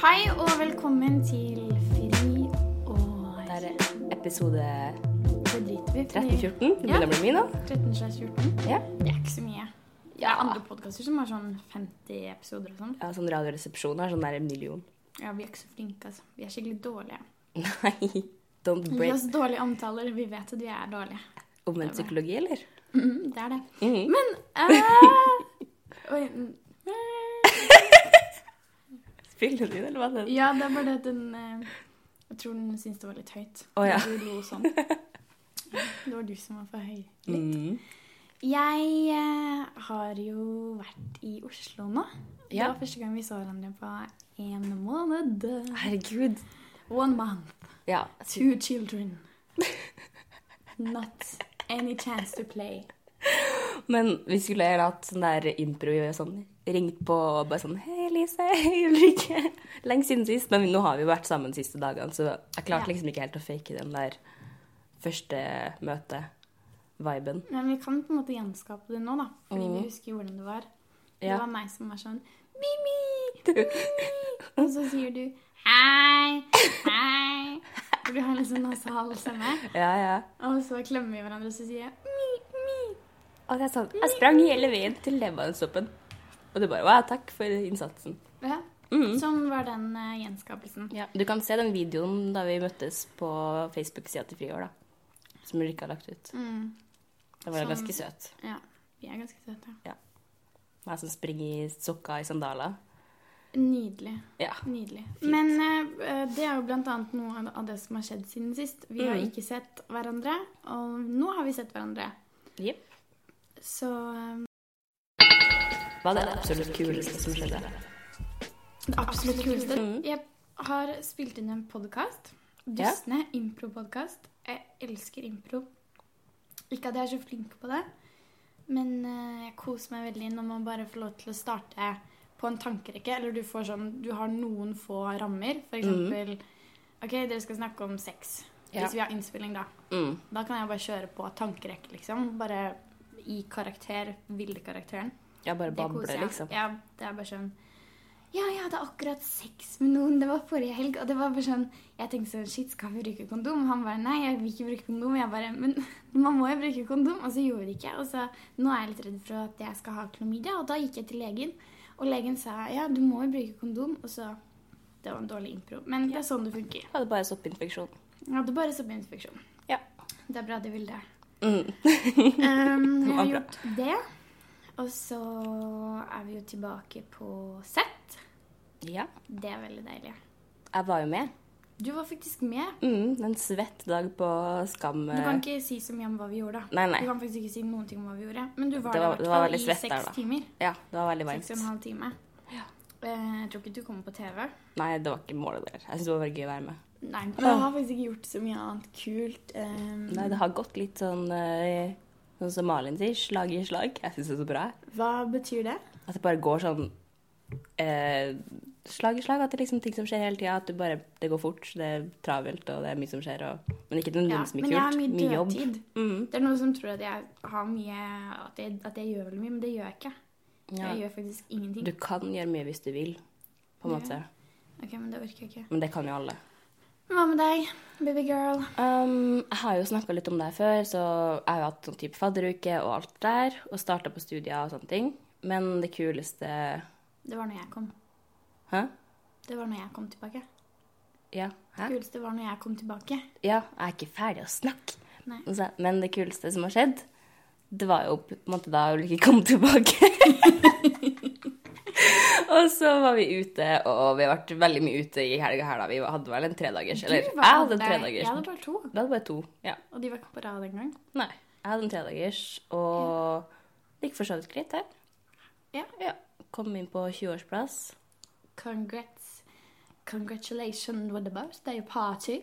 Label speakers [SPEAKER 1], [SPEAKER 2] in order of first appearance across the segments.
[SPEAKER 1] Hei og velkommen til Fri og
[SPEAKER 2] Det er episode
[SPEAKER 1] Det driter vi i, fordi
[SPEAKER 2] 13-14. Det begynner å bli mye nå.
[SPEAKER 1] 13 slags 14.
[SPEAKER 2] Ja.
[SPEAKER 1] Det er ikke så mye. Det er andre podkaster som har sånn 50 episoder og sånn.
[SPEAKER 2] ja, sånn radioresepsjon er sånn der en million.
[SPEAKER 1] Ja, vi er ikke så flinke, altså. Vi er skikkelig dårlige.
[SPEAKER 2] Nei, don't
[SPEAKER 1] Gi
[SPEAKER 2] break
[SPEAKER 1] oss dårlige omtaler. Vi vet at vi er dårlige.
[SPEAKER 2] omvendt psykologi, eller?
[SPEAKER 1] Mhm, det er det.
[SPEAKER 2] Mhm.
[SPEAKER 1] Men eh, Oi. mm, eh.
[SPEAKER 2] Spiller den inn, eller hva? den-
[SPEAKER 1] Ja, det er bare det at den eh, Jeg tror den syntes det var litt høyt.
[SPEAKER 2] Å, ja.
[SPEAKER 1] Du lo sånn. Det var du som var for høy.
[SPEAKER 2] Mhm.
[SPEAKER 1] Jeg eh, har jo vært i Oslo nå. Det
[SPEAKER 2] Ja.
[SPEAKER 1] var første gang vi så hverandre på en måned.
[SPEAKER 2] Herregud.
[SPEAKER 1] One month,
[SPEAKER 2] Ja.
[SPEAKER 1] two children. Not any chance to play.
[SPEAKER 2] Men vi skulle gjerne hatt sånn der impro og sånn. Ringt på og bare sånn Hei, Elise. Hei, Ulrikke. Lenge siden sist. Men nå har vi jo vært sammen de siste dagene, så jeg klarte
[SPEAKER 1] Ja.
[SPEAKER 2] liksom ikke helt å fake den der første møte-viben.
[SPEAKER 1] Men vi kan på en måte gjenskape det nå, da. Fordi vi
[SPEAKER 2] Mhm.
[SPEAKER 1] husker jo hvordan det var. Det
[SPEAKER 2] Ja.
[SPEAKER 1] var meg som var sånn Mimi! Mimi! Og så sier du hei, hei. For du har en litt sånn nasal stemme.
[SPEAKER 2] Ja, ja.
[SPEAKER 1] Og så klemmer vi hverandre, og så sier jeg mi, mi.
[SPEAKER 2] Og det er sånn, jeg sprang hele veien til leverstoppen. Og du bare wow, takk for innsatsen.
[SPEAKER 1] Ja.
[SPEAKER 2] Mhm.
[SPEAKER 1] Sånn var den eh, gjenskapelsen.
[SPEAKER 2] Du kan se den videoen da vi møttes på Facebook-sida til Friår, da. Som Ulrikke har lagt ut.
[SPEAKER 1] Mm,
[SPEAKER 2] Den var
[SPEAKER 1] Som-
[SPEAKER 2] ganske søt.
[SPEAKER 1] ja. Vi er ganske søte.
[SPEAKER 2] Jeg som springer i sokker i sandaler.
[SPEAKER 1] Nydelig.
[SPEAKER 2] Ja.
[SPEAKER 1] Nydelig. Men eh, det er jo blant annet noe av- av det som har skjedd siden sist. Vi har
[SPEAKER 2] Mm.
[SPEAKER 1] ikke sett hverandre, og nå har vi sett hverandre.
[SPEAKER 2] Jepp.
[SPEAKER 1] Så eh,
[SPEAKER 2] Hva er det absolutt kuleste som skjedde?
[SPEAKER 1] det absolutt kuleste
[SPEAKER 2] Mm.
[SPEAKER 1] Jeg har spilt inn en podkast.
[SPEAKER 2] Ja.
[SPEAKER 1] Dustne impro-podkast. Jeg elsker impro. Ikke at jeg er så flink på det, men eh, jeg koser meg veldig når man bare får lov til å starte på en tankerekke. Eller du får sånn Du har noen få rammer.
[SPEAKER 2] Mm.
[SPEAKER 1] For eksempel OK, dere skal snakke om sex.
[SPEAKER 2] Ja.
[SPEAKER 1] Hvis vi har innspilling, da.
[SPEAKER 2] Mm.
[SPEAKER 1] Da kan jeg bare kjøre på tankerekke, liksom. Bare i karakter. Ville karakteren.
[SPEAKER 2] Jeg bare
[SPEAKER 1] Det koser
[SPEAKER 2] babler,
[SPEAKER 1] jeg.
[SPEAKER 2] liksom.
[SPEAKER 1] Ja, det er bare sånn Ja, jeg hadde akkurat sex med noen. Det var forrige helg. Og det var bare sånn Jeg tenkte sånn Shit, skal vi bruke kondom? Han bare Nei, jeg vil ikke bruke kondom. Jeg bare Men man må jo bruke kondom. Og så gjorde vi det ikke. Og så nå er jeg litt redd for at jeg skal ha klamydia. Og da gikk jeg til legen, og legen sa ja, du må jo bruke kondom. Og så Det var en dårlig impro. Men det er sånn det funker.
[SPEAKER 2] Jeg hadde bare soppinfeksjon.
[SPEAKER 1] Jeg hadde bare soppinfeksjon.
[SPEAKER 2] Ja.
[SPEAKER 1] Det er bra de vil det.
[SPEAKER 2] Mm.
[SPEAKER 1] Um, jeg har
[SPEAKER 2] Bra.
[SPEAKER 1] gjort det. Og så er vi jo tilbake på sett.
[SPEAKER 2] Ja.
[SPEAKER 1] Det er veldig deilig.
[SPEAKER 2] Jeg var jo med.
[SPEAKER 1] Du var faktisk med.
[SPEAKER 2] Mm. En svett dag på Skam. eh,
[SPEAKER 1] Du kan ikke si så mye om hva vi gjorde. da.
[SPEAKER 2] Nei, nei.
[SPEAKER 1] Du kan faktisk ikke si noen ting om hva vi gjorde. Men du var
[SPEAKER 2] Det
[SPEAKER 1] der i
[SPEAKER 2] var- det
[SPEAKER 1] hvert
[SPEAKER 2] var
[SPEAKER 1] fall
[SPEAKER 2] veldig
[SPEAKER 1] i
[SPEAKER 2] svett
[SPEAKER 1] seks
[SPEAKER 2] der, da.
[SPEAKER 1] timer.
[SPEAKER 2] Ja, det var veldig varmt.
[SPEAKER 1] Seks og en halv time. Eh, Jeg tror ikke du kommer på TV.
[SPEAKER 2] Nei, det var ikke målet der. Jeg syns det var veldig gøy å være med.
[SPEAKER 1] Nei, men jeg har faktisk ikke gjort så mye annet kult. Um,
[SPEAKER 2] Nei, det har gått litt sånn eh, Sånn som Malin sier, slag i slag. Jeg syns det er så bra.
[SPEAKER 1] Hva betyr det?
[SPEAKER 2] At det bare går sånn eh, slag i slag. At det er liksom ting som skjer hele tida. At du bare, det går fort, det er travelt og det er mye som skjer. Og, men ikke noe
[SPEAKER 1] Ja,
[SPEAKER 2] som er
[SPEAKER 1] men jeg har
[SPEAKER 2] kult.
[SPEAKER 1] mye
[SPEAKER 2] Mye jobb.
[SPEAKER 1] dødtid.
[SPEAKER 2] Mm.
[SPEAKER 1] Det er noen som tror at jeg har mye At jeg, at jeg gjør veldig mye, men det gjør jeg ikke.
[SPEAKER 2] Ja.
[SPEAKER 1] Jeg gjør faktisk ingenting.
[SPEAKER 2] Du kan gjøre mye hvis du vil, på en
[SPEAKER 1] Ja.
[SPEAKER 2] måte.
[SPEAKER 1] Ok, men det orker jeg ikke.
[SPEAKER 2] Men det kan jo alle.
[SPEAKER 1] Hva med deg, baby girl?
[SPEAKER 2] Um, jeg har jo snakka litt om det her før, så jeg har jo hatt sånn type fadderuke og alt der. Og starta på studier og sånne ting. Men det kuleste
[SPEAKER 1] Det var når jeg kom.
[SPEAKER 2] Hæ?
[SPEAKER 1] Det var når jeg kom tilbake.
[SPEAKER 2] Ja. Hæ?
[SPEAKER 1] Det kuleste var når jeg kom tilbake.
[SPEAKER 2] Ja, jeg er ikke ferdig å snakke.
[SPEAKER 1] Nei.
[SPEAKER 2] Og så- Men det kuleste som har skjedd, det var jo på en måte da Ulrikke kom tilbake. og så var vi ute, og vi har vært veldig mye ute i helga her, da. Vi hadde vel en tredagers. Eller
[SPEAKER 1] Du
[SPEAKER 2] jeg
[SPEAKER 1] var
[SPEAKER 2] hadde en
[SPEAKER 1] der. Jeg
[SPEAKER 2] tredagers.
[SPEAKER 1] hadde bare to,
[SPEAKER 2] Du hadde bare to. Ja.
[SPEAKER 1] og de var ikke på rad engang.
[SPEAKER 2] Nei. Jeg hadde en tredagers, og det gikk for så vidt greit, det.
[SPEAKER 1] Ja.
[SPEAKER 2] ja. Kom inn på 20-årsplass.
[SPEAKER 1] Congrats. Congratulations with the birthday party.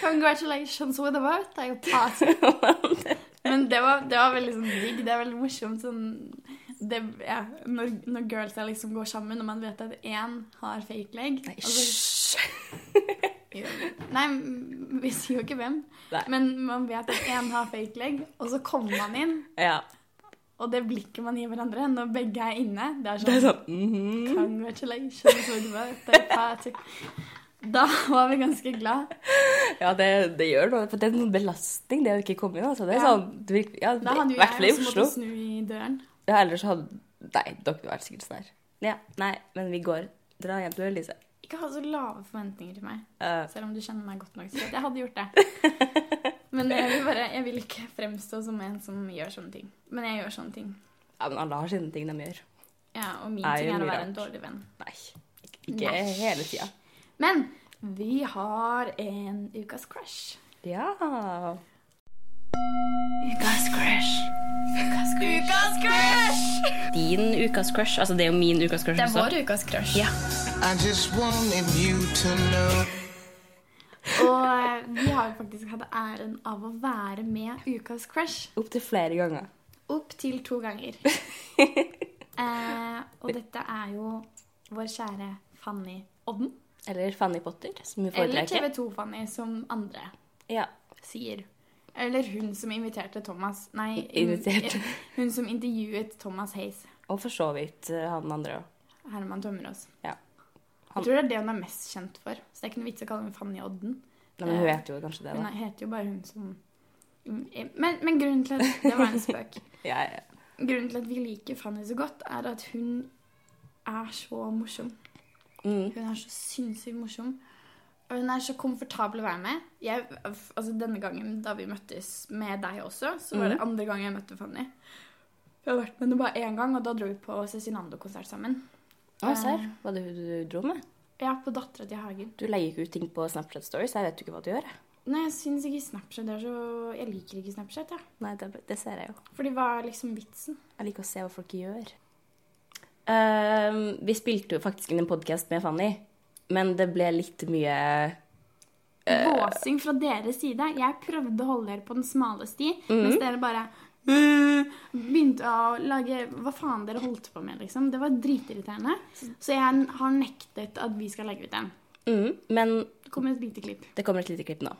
[SPEAKER 1] Congratulations with the birthday party. Men det var, det var veldig sånn digg. Det er veldig morsomt sånn det, ja, når, når girlsa liksom går sammen, og man vet at én har fake leg
[SPEAKER 2] Nei,
[SPEAKER 1] og så-
[SPEAKER 2] hysj!
[SPEAKER 1] Nei, m- vi sier jo ikke hvem.
[SPEAKER 2] Nei.
[SPEAKER 1] Men man vet at én har fake leg, og så kommer man inn,
[SPEAKER 2] Ja.
[SPEAKER 1] Og det blikket man gir hverandre når begge er inne, det er
[SPEAKER 2] Det er
[SPEAKER 1] sånn
[SPEAKER 2] sånn mhm.
[SPEAKER 1] Congratulations, what about the party?» Da var vi ganske glad.
[SPEAKER 2] Ja, det, det gjør noe. For det er en belastning det å ikke komme inn. Altså. Det er
[SPEAKER 1] Ja.
[SPEAKER 2] sånn, du, vil- ja,
[SPEAKER 1] Da hadde
[SPEAKER 2] I
[SPEAKER 1] jo
[SPEAKER 2] hvert fall i
[SPEAKER 1] jeg også
[SPEAKER 2] Oslo.
[SPEAKER 1] måttet snu i døren.
[SPEAKER 2] Ja, ellers hadde Nei, dere hadde vært sikkert sånn her. Ja, nei, men vi går. Dra hjem til Elise.
[SPEAKER 1] Ikke ha så lave forventninger til meg,
[SPEAKER 2] Eh,
[SPEAKER 1] selv om du kjenner meg godt nok til at jeg hadde gjort det. Men jeg vil bare, jeg vil ikke fremstå som en som gjør sånne ting. Men jeg gjør sånne ting.
[SPEAKER 2] ja, men alle har sine ting de gjør.
[SPEAKER 1] Ja, og min
[SPEAKER 2] Er
[SPEAKER 1] ting er
[SPEAKER 2] jo
[SPEAKER 1] å
[SPEAKER 2] mye
[SPEAKER 1] være en
[SPEAKER 2] rart.
[SPEAKER 1] dårlig venn.
[SPEAKER 2] Nei. Ikke
[SPEAKER 1] Nei.
[SPEAKER 2] hele tida.
[SPEAKER 1] Men vi har en ukas crush.
[SPEAKER 2] Ja.
[SPEAKER 1] Ukas crush. Ukas crush.
[SPEAKER 2] Din ukas crush. Altså, det er jo min ukas crush
[SPEAKER 1] Det er vår ukas crush.
[SPEAKER 3] I just wanted you to know.
[SPEAKER 1] Og eh, vi har jo faktisk hatt æren av å være med ukas crush
[SPEAKER 2] Opptil flere ganger.
[SPEAKER 1] opptil to ganger. Eh, og dette er jo vår kjære Fanny Odden.
[SPEAKER 2] Eller Fanny Potter, som vi
[SPEAKER 1] Eller
[SPEAKER 2] foretrekker.
[SPEAKER 1] TV2-Fanny, som andre
[SPEAKER 2] Ja.
[SPEAKER 1] sier. Eller hun som inviterte Thomas Nei,
[SPEAKER 2] Inviterte.
[SPEAKER 1] hun som intervjuet Thomas Hayes.
[SPEAKER 2] Og for så vidt eh, han andre òg.
[SPEAKER 1] Herman Tømmerås.
[SPEAKER 2] Ja. Han-
[SPEAKER 1] Jeg tror det er det hun er mest kjent for. Så det er ikke noe vits å kalle henne Fanny Odden.
[SPEAKER 2] Nei, men hun heter jo kanskje det,
[SPEAKER 1] Hun
[SPEAKER 2] da.
[SPEAKER 1] er- heter jo bare hun som men, men grunnen til at Det var en spøk.
[SPEAKER 2] Ja, ja.
[SPEAKER 1] Grunnen til at vi liker Fanny så godt, er at hun er så morsom.
[SPEAKER 2] Mm.
[SPEAKER 1] Hun er så sinnssykt morsom. Og hun er så komfortabel å være med. Jeg, altså Denne gangen da vi møttes med deg også, så var det
[SPEAKER 2] Mhm.
[SPEAKER 1] andre gang jeg møtte Fanny. Vi har vært med henne bare én gang, og da dro vi på Cezinando-konsert sammen.
[SPEAKER 2] Å, serr. Var det hun du dro med?
[SPEAKER 1] Ja, på Dattera til Hagen.
[SPEAKER 2] Du legger ikke ut ting på Snapchat Stories. Jeg vet jo ikke hva du gjør. jeg.
[SPEAKER 1] Nei, jeg syns ikke Snapchat er så Jeg liker ikke Snapchat, jeg.
[SPEAKER 2] Nei, det, det ser jeg jo.
[SPEAKER 1] Ja. Fordi hva er liksom vitsen?
[SPEAKER 2] Jeg liker å se hva folk gjør. Ehm, vi spilte jo faktisk inn en podkast med Fanny, men det ble litt mye
[SPEAKER 1] Våsing fra deres side. Jeg prøvde å holde dere på den smale sti, mens dere bare øh, begynte å lage Hva faen dere holdt på med, liksom. Det var dritirriterende. Så jeg har nektet at vi skal legge ut den.
[SPEAKER 2] mm, Men
[SPEAKER 1] Det kommer et lite klipp.
[SPEAKER 2] det kommer et lite klipp nå.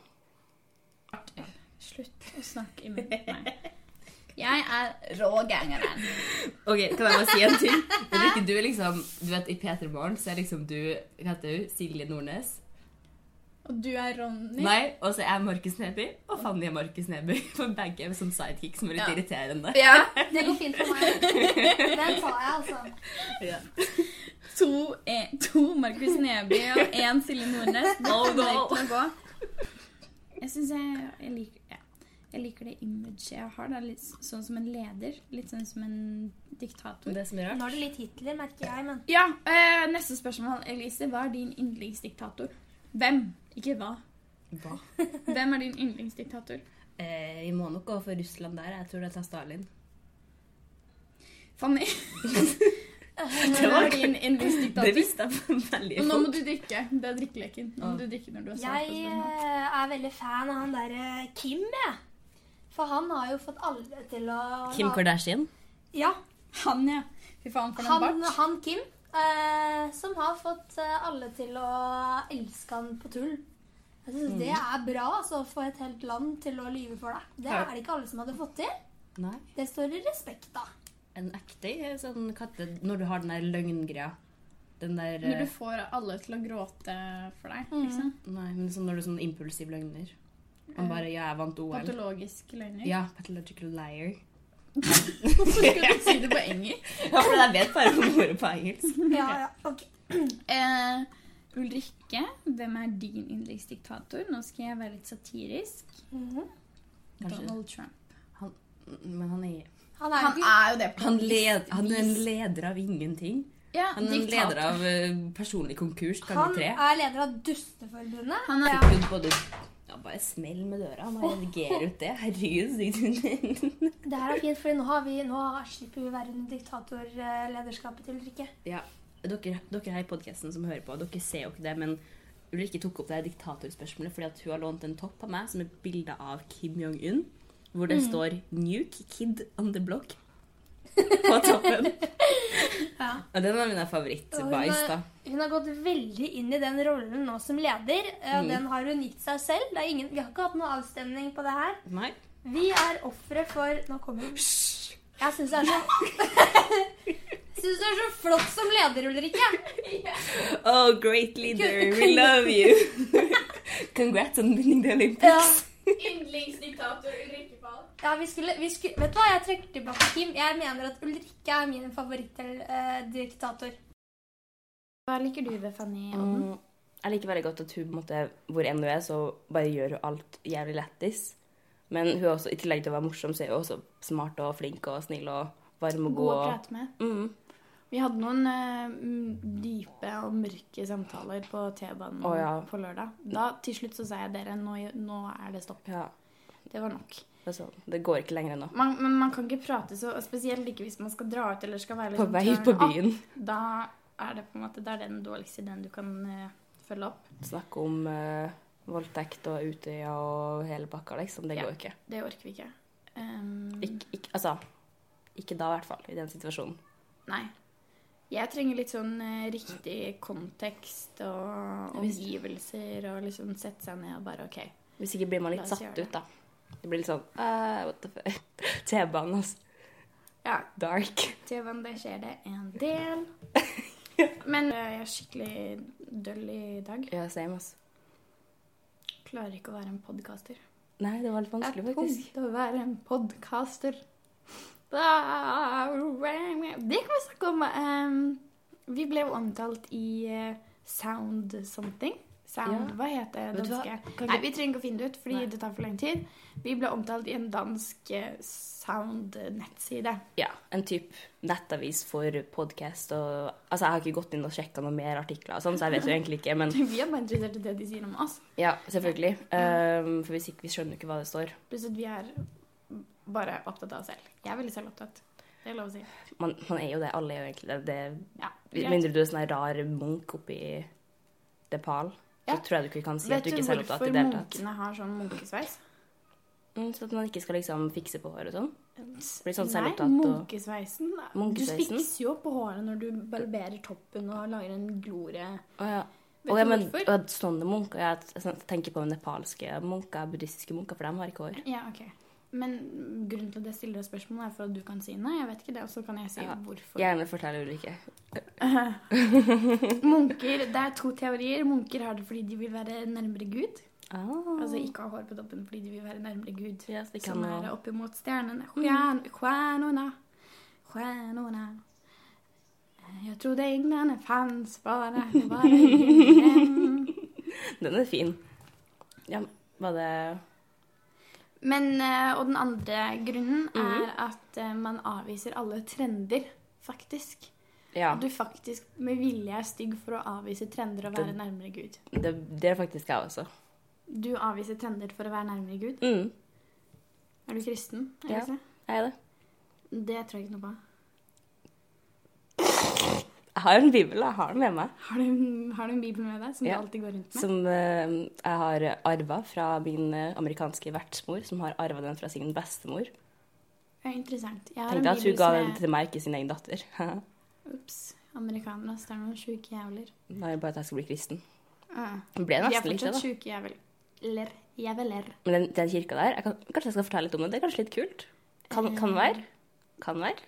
[SPEAKER 1] Slutt å snakke i munnen på meg. Jeg er rågangeren.
[SPEAKER 4] Ok, kan jeg bare si en ting? Ulrikke, du er liksom Du vet, i P3 Morgen så er liksom du Hva heter hun? Silje Nordnes?
[SPEAKER 1] Og du er Ronny.
[SPEAKER 4] Nei, og så er jeg Markus Neby, og Fanny er Markus Neby. For begge er sånn sidekicks som er litt
[SPEAKER 1] Ja.
[SPEAKER 4] irriterende.
[SPEAKER 1] Ja.
[SPEAKER 5] Det går fint for meg. Den tar jeg, altså.
[SPEAKER 1] To, eh, to Markus Neby og én Silje Nordnes. Det
[SPEAKER 4] Oh,
[SPEAKER 1] kommer
[SPEAKER 4] no.
[SPEAKER 1] ikke til å gå. Jeg syns jeg, jeg liker ja. Jeg liker det imaget jeg har. Det er litt sånn som en leder. Litt sånn som en diktator.
[SPEAKER 4] Det som er
[SPEAKER 5] Nå
[SPEAKER 4] rart.
[SPEAKER 5] er det litt Hitler, merker jeg, men
[SPEAKER 1] Ja, eh, Neste spørsmål, Elise. Hva er din yndlingsdiktator? Hvem? Ikke hva.
[SPEAKER 4] Hva?
[SPEAKER 1] Hvem er din yndlingsdiktator?
[SPEAKER 4] Eh, vi må nok gå for Russland der. Jeg tror det er Stalin.
[SPEAKER 1] Fanny. Hvem er din yndlingsdiktator?
[SPEAKER 4] visste jeg veldig
[SPEAKER 1] Og nå må du drikke. Det er drikkeleken. Nå må du drikke når du har svart på
[SPEAKER 5] jeg
[SPEAKER 1] spørsmål.
[SPEAKER 5] eh, er veldig fan av han derre Kim, jeg. For han har jo fått alle til å
[SPEAKER 2] Kim Kardashian.
[SPEAKER 5] Ja.
[SPEAKER 1] Han, ja. Fy faen, for en
[SPEAKER 5] Han,
[SPEAKER 1] bart.
[SPEAKER 5] han Kim, eh, som har fått eh, alle til å elske han på tull. Jeg synes Det er bra altså, å få et helt land til å lyve for deg. Det
[SPEAKER 4] Ja.
[SPEAKER 5] er det ikke alle som hadde fått til.
[SPEAKER 4] Nei.
[SPEAKER 5] Det står det respekt av.
[SPEAKER 4] En ekte sånn katte Når du har den der løgngreia. Den der eh,
[SPEAKER 1] Når du får alle til å gråte for deg. Liksom.
[SPEAKER 4] Nei, men sånn når du er sånn impulsiv løgner. Han bare Ja, jeg vant OL.
[SPEAKER 1] Patologisk løgner.
[SPEAKER 4] Ja, pathological liar.
[SPEAKER 1] Hvorfor skulle du si det på engelsk?
[SPEAKER 4] Ja, for jeg vet bare ordet på engelsk.
[SPEAKER 5] Ja, ja, ok.
[SPEAKER 1] Eh, Ulrikke, hvem er din yndlingsdiktator? Nå skal jeg være litt satirisk.
[SPEAKER 5] Mhm.
[SPEAKER 4] Kanskje.
[SPEAKER 1] Donald Trump.
[SPEAKER 4] Men han er
[SPEAKER 5] Han er jo
[SPEAKER 1] Han
[SPEAKER 5] ikke
[SPEAKER 1] er jo det. på
[SPEAKER 4] Han,
[SPEAKER 1] en
[SPEAKER 4] led,
[SPEAKER 1] viss
[SPEAKER 4] han er en
[SPEAKER 1] vis.
[SPEAKER 4] leder av ingenting.
[SPEAKER 1] ja,
[SPEAKER 4] Han er en
[SPEAKER 1] diktator.
[SPEAKER 4] leder av eh, personlig konkurs,
[SPEAKER 5] Han
[SPEAKER 4] ganger tre.
[SPEAKER 5] er leder av Dusteforbundet.
[SPEAKER 1] Han er,
[SPEAKER 4] Fikk hun både ja, Bare smell med døra. Han må redigere ut det. Herregud. sikkert hun-
[SPEAKER 5] Det her er fint, for nå, har vi, nå slipper vi å være under diktatorlederskapet til Rikke.
[SPEAKER 4] ja. dere, dere her i podkasten som hører på, dere ser jo ikke det, men Ulrikke tok opp det her diktatorspørsmålet fordi at hun har lånt en topp av meg som er bilde av Kim Jong-un, hvor det står 'Nuke Kid on the Block' på toppen.
[SPEAKER 5] Ja.
[SPEAKER 4] Og den er min
[SPEAKER 5] Og hun,
[SPEAKER 4] favoritt-bæsj, da.
[SPEAKER 5] har, hun har gått veldig inn i den rollen nå som leder. eh, Og Den har hun gitt seg selv. Det er ingen, vi har ikke hatt noen avstemning på det her.
[SPEAKER 4] Nei?
[SPEAKER 5] Vi er ofre for Nå kommer hun. Jeg syns det er så Syns du er så flott som leder, Ulrikke.
[SPEAKER 4] Oh, great leader, we love you! Congrats on winning the Olympics.
[SPEAKER 5] Ja.
[SPEAKER 1] Yndlingsdiktator Ulrikke Pahl.
[SPEAKER 5] Ja, vi skulle, vi skulle, vet du hva, jeg trekker tilbake Kim. Jeg mener at Ulrikke er min favorittdiktator.
[SPEAKER 1] Hva liker du ved Fanny Odden?
[SPEAKER 2] Mm, jeg liker veldig godt at hun, på en måte, hvor enn hun er, så bare gjør hun alt jævlig lættis. Men hun er også, i tillegg til å være morsom, så er hun også smart og flink og snill og varm og
[SPEAKER 1] God
[SPEAKER 2] god.
[SPEAKER 1] å
[SPEAKER 2] og-
[SPEAKER 1] prate med.
[SPEAKER 2] Mm.
[SPEAKER 1] Vi hadde noen eh, mm, dype og mørke samtaler på T-banen
[SPEAKER 2] Å, ja.
[SPEAKER 1] på lørdag. Da til slutt så sa jeg dere, nå, nå er det stopp.
[SPEAKER 2] Ja,
[SPEAKER 1] Det var nok.
[SPEAKER 2] det, er sånn. det går ikke lenger ennå.
[SPEAKER 1] Man, men man kan ikke prate så og Spesielt ikke hvis man skal dra ut eller skal være litt
[SPEAKER 2] På
[SPEAKER 1] sånn
[SPEAKER 2] vei
[SPEAKER 1] turn
[SPEAKER 2] ut på
[SPEAKER 1] up.
[SPEAKER 2] byen.
[SPEAKER 1] Da er det på en måte, da er det den dårligste ideen du kan eh, følge opp.
[SPEAKER 2] Snakke om eh, voldtekt og Utøya og hele pakka, liksom. Det
[SPEAKER 1] Ja.
[SPEAKER 2] går ikke.
[SPEAKER 1] Det orker vi ikke. Um,
[SPEAKER 2] Ikk- ikk- altså, ikke da, i hvert fall. I den situasjonen.
[SPEAKER 1] Nei. Jeg trenger litt sånn eh, riktig kontekst og
[SPEAKER 2] visst.
[SPEAKER 1] omgivelser og liksom sette seg ned og bare OK.
[SPEAKER 2] Hvis ikke blir man
[SPEAKER 1] La
[SPEAKER 2] litt
[SPEAKER 1] oss
[SPEAKER 2] satt
[SPEAKER 1] gjøre det.
[SPEAKER 2] ut, da. Det blir litt sånn eh, What the fuck? T-banen, altså.
[SPEAKER 1] Ja,
[SPEAKER 2] Dark.
[SPEAKER 1] Tjevan, det skjer det en del. Men eh, jeg er skikkelig døll i dag.
[SPEAKER 2] Ja, same, altså.
[SPEAKER 1] Klarer ikke å være en podcaster.
[SPEAKER 2] Nei, det var litt
[SPEAKER 1] Det
[SPEAKER 2] vanskelig,
[SPEAKER 1] er
[SPEAKER 2] faktisk.
[SPEAKER 1] tungt å være en podcaster. Da- Det kan vi snakke om. em, vi ble jo omtalt i eh, Sound something. Sound,
[SPEAKER 2] Ja.
[SPEAKER 1] Hva heter
[SPEAKER 2] Vet
[SPEAKER 1] det
[SPEAKER 2] du hva?
[SPEAKER 1] danske?
[SPEAKER 2] Kan
[SPEAKER 1] Nei,
[SPEAKER 2] ikke-
[SPEAKER 1] vi trenger ikke å finne det ut, fordi
[SPEAKER 2] Nei.
[SPEAKER 1] det tar for lang tid. Vi ble omtalt i en dansk eh, sound-nettside.
[SPEAKER 2] Ja, en type nettavis for podkast og Altså, jeg har ikke gått inn og sjekka noen mer artikler og sånn, så jeg vet jo egentlig ikke, men
[SPEAKER 1] Vi er bare interessert i det de sier om oss.
[SPEAKER 2] ja, selvfølgelig. Ehm, for hvis ikke, vi skjønner jo ikke hva det står.
[SPEAKER 1] Pluss at vi er bare opptatt av oss selv. Jeg er veldig selv opptatt. Det er lov å si.
[SPEAKER 2] Man, man er jo det. Alle er jo egentlig det. det
[SPEAKER 1] Ja,
[SPEAKER 2] med
[SPEAKER 1] greit.
[SPEAKER 2] mindre du er sånn her rar munk oppi Nepal,
[SPEAKER 1] Ja.
[SPEAKER 2] så tror jeg du ikke kan si
[SPEAKER 1] Vet
[SPEAKER 2] at du
[SPEAKER 1] du
[SPEAKER 2] ikke er selvopptatt
[SPEAKER 1] hvorfor
[SPEAKER 2] i det hele tatt.
[SPEAKER 1] munkene har sånn munkesveis?
[SPEAKER 2] Mm, så at man ikke skal liksom fikse på håret og sånn. Blir sånn
[SPEAKER 1] Nei,
[SPEAKER 2] selvopptatt og-
[SPEAKER 1] munkesveisen. da.
[SPEAKER 2] Munkesveisen?
[SPEAKER 1] Du fikser jo på håret når du barberer toppen og lager en glorie.
[SPEAKER 2] Å ja.
[SPEAKER 1] Vet
[SPEAKER 2] Å, ja,
[SPEAKER 1] du
[SPEAKER 2] men
[SPEAKER 1] hvorfor?
[SPEAKER 2] og sånne munker Jeg t- tenker på nepalske munker, buddhistiske munker, for de har ikke hår.
[SPEAKER 1] Ja, ok. Men grunnen til at jeg stiller deg spørsmålet, er for at du kan si nei. jeg vet ikke det, Og så kan jeg si
[SPEAKER 2] Ja.
[SPEAKER 1] hvorfor.
[SPEAKER 2] Gjerne fortell Ulrikke.
[SPEAKER 1] Munker, Det er to teorier. Munker har det fordi de vil være nærmere Gud.
[SPEAKER 2] Ah.
[SPEAKER 1] Altså ikke ha hår på toppen fordi de vil være nærmere Gud.
[SPEAKER 2] Ja, så det kan
[SPEAKER 1] som
[SPEAKER 2] jo-
[SPEAKER 1] er oppimot stjernene. Stjern- Stjernene, stjernene. Jeg trodde englene fantes bare, bare i himmelen.
[SPEAKER 2] Den er fin. Ja, var det
[SPEAKER 1] Men, eh, og den andre grunnen
[SPEAKER 2] Mhm.
[SPEAKER 1] er at eh, man avviser alle trender, faktisk.
[SPEAKER 2] Ja.
[SPEAKER 1] Du faktisk med vilje er stygg for å avvise trender og være nærmere Gud.
[SPEAKER 2] Det, det er faktisk jeg også.
[SPEAKER 1] Du avviser trender for å være nærmere Gud.
[SPEAKER 2] Mm,
[SPEAKER 1] Er du kristen?
[SPEAKER 2] Ja.
[SPEAKER 1] Else?
[SPEAKER 2] jeg er det.
[SPEAKER 1] Det tror jeg ikke noe på.
[SPEAKER 2] Jeg har en bibel, jeg har den med meg,
[SPEAKER 1] Har du, en- har du en bibel med deg som
[SPEAKER 2] Ja.
[SPEAKER 1] du alltid går rundt med?
[SPEAKER 2] som eh, jeg har arva fra min eh, amerikanske vertsmor, som har arva den fra sin bestemor.
[SPEAKER 1] Det er interessant. Jeg har
[SPEAKER 2] Tenkte
[SPEAKER 1] en
[SPEAKER 2] at hun
[SPEAKER 1] bibel
[SPEAKER 2] ga
[SPEAKER 1] som
[SPEAKER 2] den
[SPEAKER 1] er
[SPEAKER 2] til meg, ikke sin egen datter. Nei,
[SPEAKER 1] Ops. Amerikanere, ass, det er noen sjuke jævler.
[SPEAKER 2] bare at jeg skal bli kristen.
[SPEAKER 1] Ah.
[SPEAKER 2] Den ble
[SPEAKER 1] De er
[SPEAKER 2] nesten litt det,
[SPEAKER 1] fortsatt
[SPEAKER 2] da.
[SPEAKER 1] sjuke jævler. Jæveler.
[SPEAKER 2] Men den, den kirka der, jeg kan, kanskje jeg skal fortelle litt om den. Det er kanskje litt kult? Kan, kan være. Kan være.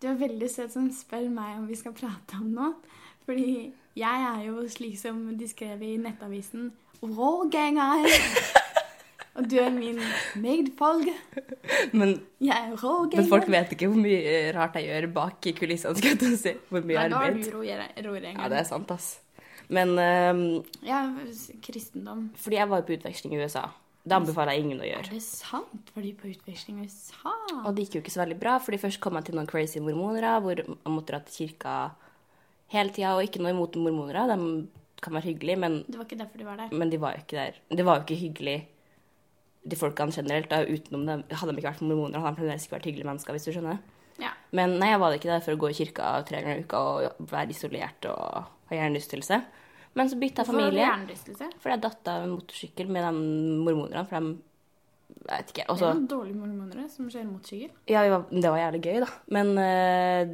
[SPEAKER 1] Du er veldig søt som spør meg om vi skal prate om noe. Fordi jeg er jo slik som de skrev i Nettavisen rågænger. Og du er min medfolg.
[SPEAKER 2] Men,
[SPEAKER 1] Jeg er rågænger.
[SPEAKER 2] men folk vet ikke hvor mye eh, rart jeg gjør bak i kulissene, skal jeg til å si. Hvor mye
[SPEAKER 1] Nei, da er
[SPEAKER 2] arbeid.
[SPEAKER 1] du roer-
[SPEAKER 2] Ja,
[SPEAKER 1] rorgjenger.
[SPEAKER 2] det er sant, ass. Men eh,
[SPEAKER 1] Ja, kristendom.
[SPEAKER 2] Fordi jeg var jo på utveksling i USA. Det anbefaler jeg ingen å
[SPEAKER 1] Er
[SPEAKER 2] gjøre.
[SPEAKER 1] det sant? Var de på utveksling i USA?
[SPEAKER 2] Og det gikk jo ikke så veldig bra, fordi først kom jeg til noen crazy mormonere, hvor jeg måtte dra til kirka hele tida, og ikke noe imot mormonere. De kan være hyggelige, men,
[SPEAKER 1] Det var ikke derfor de var der.
[SPEAKER 2] men de var jo ikke der. Det var jo ikke hyggelig, de folkene generelt. Da, utenom dem. Hadde de ikke vært mormonere, hadde de fremdeles ikke vært hyggelige mennesker, hvis du skjønner.
[SPEAKER 1] Ja.
[SPEAKER 2] Men nei, jeg var det ikke der for å gå i kirka tre ganger i uka og være isolert og ha hjernerystelse. Men så bytta jeg
[SPEAKER 1] Får
[SPEAKER 2] familie.
[SPEAKER 1] hjernerystelse?
[SPEAKER 2] For jeg datt av en motorsykkel med de mormonerne, for de Jeg vet ikke. Og
[SPEAKER 1] Det
[SPEAKER 2] så
[SPEAKER 1] er noen dårlige mormonere som kjører motorsykkel.
[SPEAKER 2] Ja, vi var, det var jævlig gøy, da. Men eh,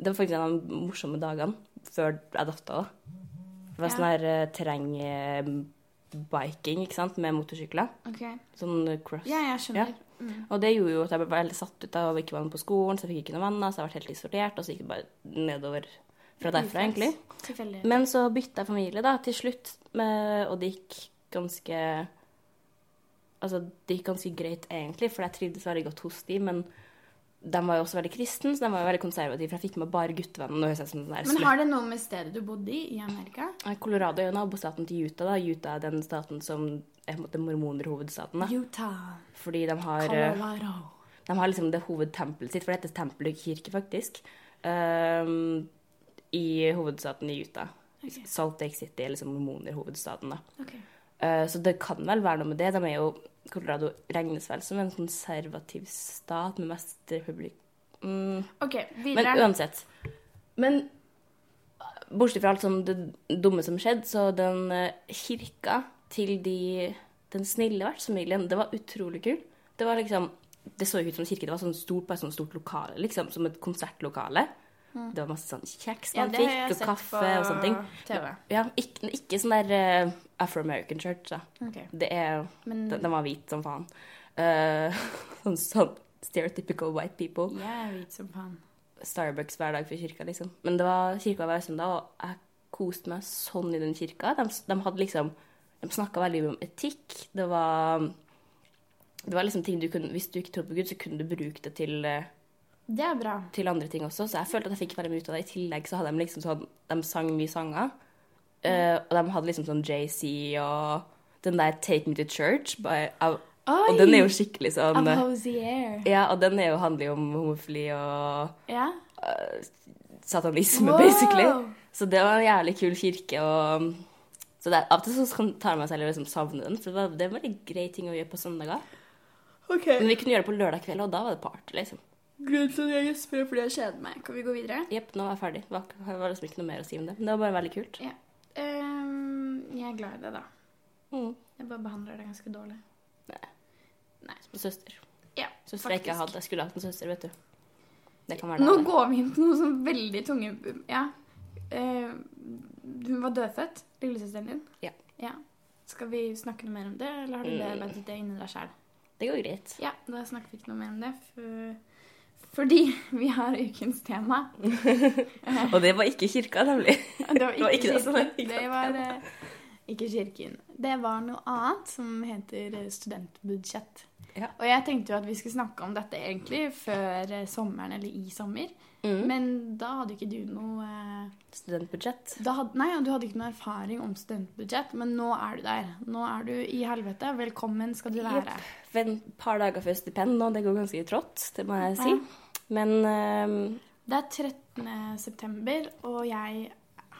[SPEAKER 2] det var faktisk en av de morsomme dagene før jeg datt av. da. Det var
[SPEAKER 1] Ja.
[SPEAKER 2] sånn her eh, terreng eh, biking ikke sant, med motorsykler.
[SPEAKER 1] Ok.
[SPEAKER 2] Sånn cross.
[SPEAKER 1] Ja, jeg skjønner.
[SPEAKER 2] Ja.
[SPEAKER 1] Mm.
[SPEAKER 2] Og det gjorde jo at jeg ble veldig satt ut av å ikke være med på skolen, så jeg fikk ikke noen venner, så jeg ble helt isolert, og så gikk det bare nedover fra derfra, egentlig. Mm.
[SPEAKER 1] Tilfeldig.
[SPEAKER 2] Men så bytta jeg familie da, til slutt, med, og det gikk ganske Altså, det gikk ganske greit, egentlig, for jeg trivdes veldig godt hos de, men de var jo også veldig kristne, så de var jo veldig konservative, for jeg fikk med bare guttevenner. Nå høres jeg ut som sånn den der
[SPEAKER 1] Men har det noe med stedet du bodde i i Amerika?
[SPEAKER 2] slutt- Eh, Colorado er jo nabostaten til Utah, da. Utah er den staten som er på en måte mormonerhovedstaten, da.
[SPEAKER 1] Utah.
[SPEAKER 2] Fordi de har eh,
[SPEAKER 1] Colorado.
[SPEAKER 2] De har liksom det hovedtempelet sitt, for det heter tempel og kirke, faktisk, ehm, i hovedstaden i Utah.
[SPEAKER 1] Ok.
[SPEAKER 2] Salt Lake City er liksom mormonerhovedstaden, da.
[SPEAKER 1] Ok.
[SPEAKER 2] Eh, så det kan vel være noe med det. De er jo, Colorado regnes vel som en konservativ stat med mest republikk... Mm,
[SPEAKER 1] Ok, videre.
[SPEAKER 2] men uansett. Men bortsett fra alt som det dumme som skjedde, så den eh, kirka til de, den snille vertsfamilien, det var utrolig kul. Det var liksom Det så jo ut som en kirke. Det var sånn stort, bare sånn stort lokale, liksom. Som et konsertlokale. Det var masse sånn kjeks
[SPEAKER 1] Mm. Ja,
[SPEAKER 2] man
[SPEAKER 1] det har
[SPEAKER 2] fikk,
[SPEAKER 1] jeg
[SPEAKER 2] og
[SPEAKER 1] sett
[SPEAKER 2] kaffe
[SPEAKER 1] på
[SPEAKER 2] og sånne ting.
[SPEAKER 1] TV.
[SPEAKER 2] Ja, ikke, ikke sånn der eh, Afro-American church, da.
[SPEAKER 1] Ok. Mm.
[SPEAKER 2] Det er
[SPEAKER 1] Men-
[SPEAKER 2] den, den var hvit som faen. Eh, sånn, sånn stereotypical white people.
[SPEAKER 1] Jeg er hvit som faen.
[SPEAKER 2] Starbucks hver dag for kirka, liksom. Men det var kirka hver søndag, og jeg koste meg sånn i den kirka. De, de hadde liksom De snakka veldig mye om etikk. Det var Det var liksom ting du kunne Hvis du ikke trodde på Gud, så kunne du bruke det til eh,
[SPEAKER 1] Det er bra.
[SPEAKER 2] til andre ting også, så jeg følte at jeg fikk veldig mye ut av det. I tillegg så hadde de liksom sånn De sang mye sanger. eh, og de hadde liksom sånn JC og den der Take Me To Church. By, av,
[SPEAKER 1] Oi!
[SPEAKER 2] og den er jo skikkelig sånn
[SPEAKER 1] Av Hosier.
[SPEAKER 2] Ja, og den er jo, handler jo om homofili og
[SPEAKER 1] Ja.
[SPEAKER 2] satanisme,
[SPEAKER 1] Wow!
[SPEAKER 2] basically. Så det var en jævlig kul kirke. og... Så det er, Av og til så kan- tar man seg litt liksom savne den, for det var, det var en veldig grei ting å gjøre på søndager. Men vi kunne gjøre det på lørdag kveld, og da var det party, liksom.
[SPEAKER 1] Grunnen til at jeg gjesper er fordi jeg kjeder meg. Kan vi gå videre?
[SPEAKER 2] Jepp, nå var jeg ferdig. Det var, det var liksom ikke noe mer å si om det. Men det var bare veldig kult.
[SPEAKER 1] Ja. Ehm, jeg er glad i det, da.
[SPEAKER 2] Mm.
[SPEAKER 1] Jeg bare behandler det ganske dårlig.
[SPEAKER 2] Med søster.
[SPEAKER 1] Ja,
[SPEAKER 2] Søster jeg ikke hadde. Jeg skulle hatt en søster, vet du. Det kan være
[SPEAKER 1] Nå
[SPEAKER 2] det.
[SPEAKER 1] går vi inn på noe sånn veldig tunge Ja. Eh, hun var dødfødt, lillesøsteren din.
[SPEAKER 2] Ja. Mm.
[SPEAKER 1] Skal vi snakke noe mer om det, eller har du bearbeidet det inni deg sjæl?
[SPEAKER 2] Det går greit.
[SPEAKER 1] Ja, da snakker vi ikke noe mer om det. For... Fordi vi har ukens tema.
[SPEAKER 2] Og det var ikke kirka, nemlig.
[SPEAKER 1] Det var
[SPEAKER 2] Det var
[SPEAKER 1] ikke
[SPEAKER 2] ikke det som var
[SPEAKER 1] kirken.
[SPEAKER 2] ukens
[SPEAKER 1] Det var eh, ikke kirken. Det var noe annet som heter eh, studentbudsjett.
[SPEAKER 2] Ja.
[SPEAKER 1] Og jeg tenkte jo at vi skulle snakke om dette egentlig før eh, sommeren eller i sommer.
[SPEAKER 2] Mm.
[SPEAKER 1] Men da hadde ikke du noe eh,
[SPEAKER 2] Studentbudsjett.
[SPEAKER 1] da hadde, Nei, og du hadde ikke noe erfaring om studentbudsjett, men nå er du der. Nå er du i helvete. Velkommen skal du være.
[SPEAKER 2] For en par dager før stipend nå, det går ganske trått, det må jeg si.
[SPEAKER 1] Ja.
[SPEAKER 2] Men ehm,
[SPEAKER 1] Det er 13. september, og jeg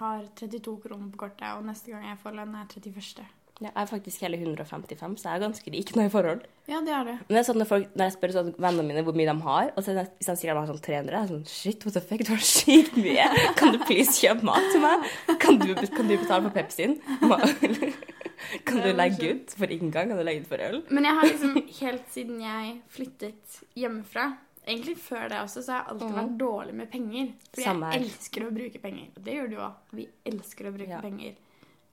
[SPEAKER 1] har 32 kroner på kortet, og neste gang jeg får lønn er 31.
[SPEAKER 2] ja, jeg er faktisk hele 155, så jeg er ganske rik nå i forhold.
[SPEAKER 1] Ja, det er du.
[SPEAKER 2] Men det er sånn når, folk, når jeg spør sånn, vennene mine hvor mye de har, og så, er det- hvis de sier de har sånn 300, jeg er sånn Shit, what the fuck, du har sykt mye! Kan du please kjøpe mat til meg? Kan du, kan du betale for Pepsien? Kan du legge ut for inngang? Kan du legge ut for øl?
[SPEAKER 1] Men jeg har liksom helt siden jeg flyttet hjemmefra Egentlig før det også, så har jeg alltid vært dårlig med penger. For jeg
[SPEAKER 2] Samme her.
[SPEAKER 1] elsker å bruke penger. Og det gjør du òg. Vi elsker å bruke
[SPEAKER 2] Ja.
[SPEAKER 1] penger.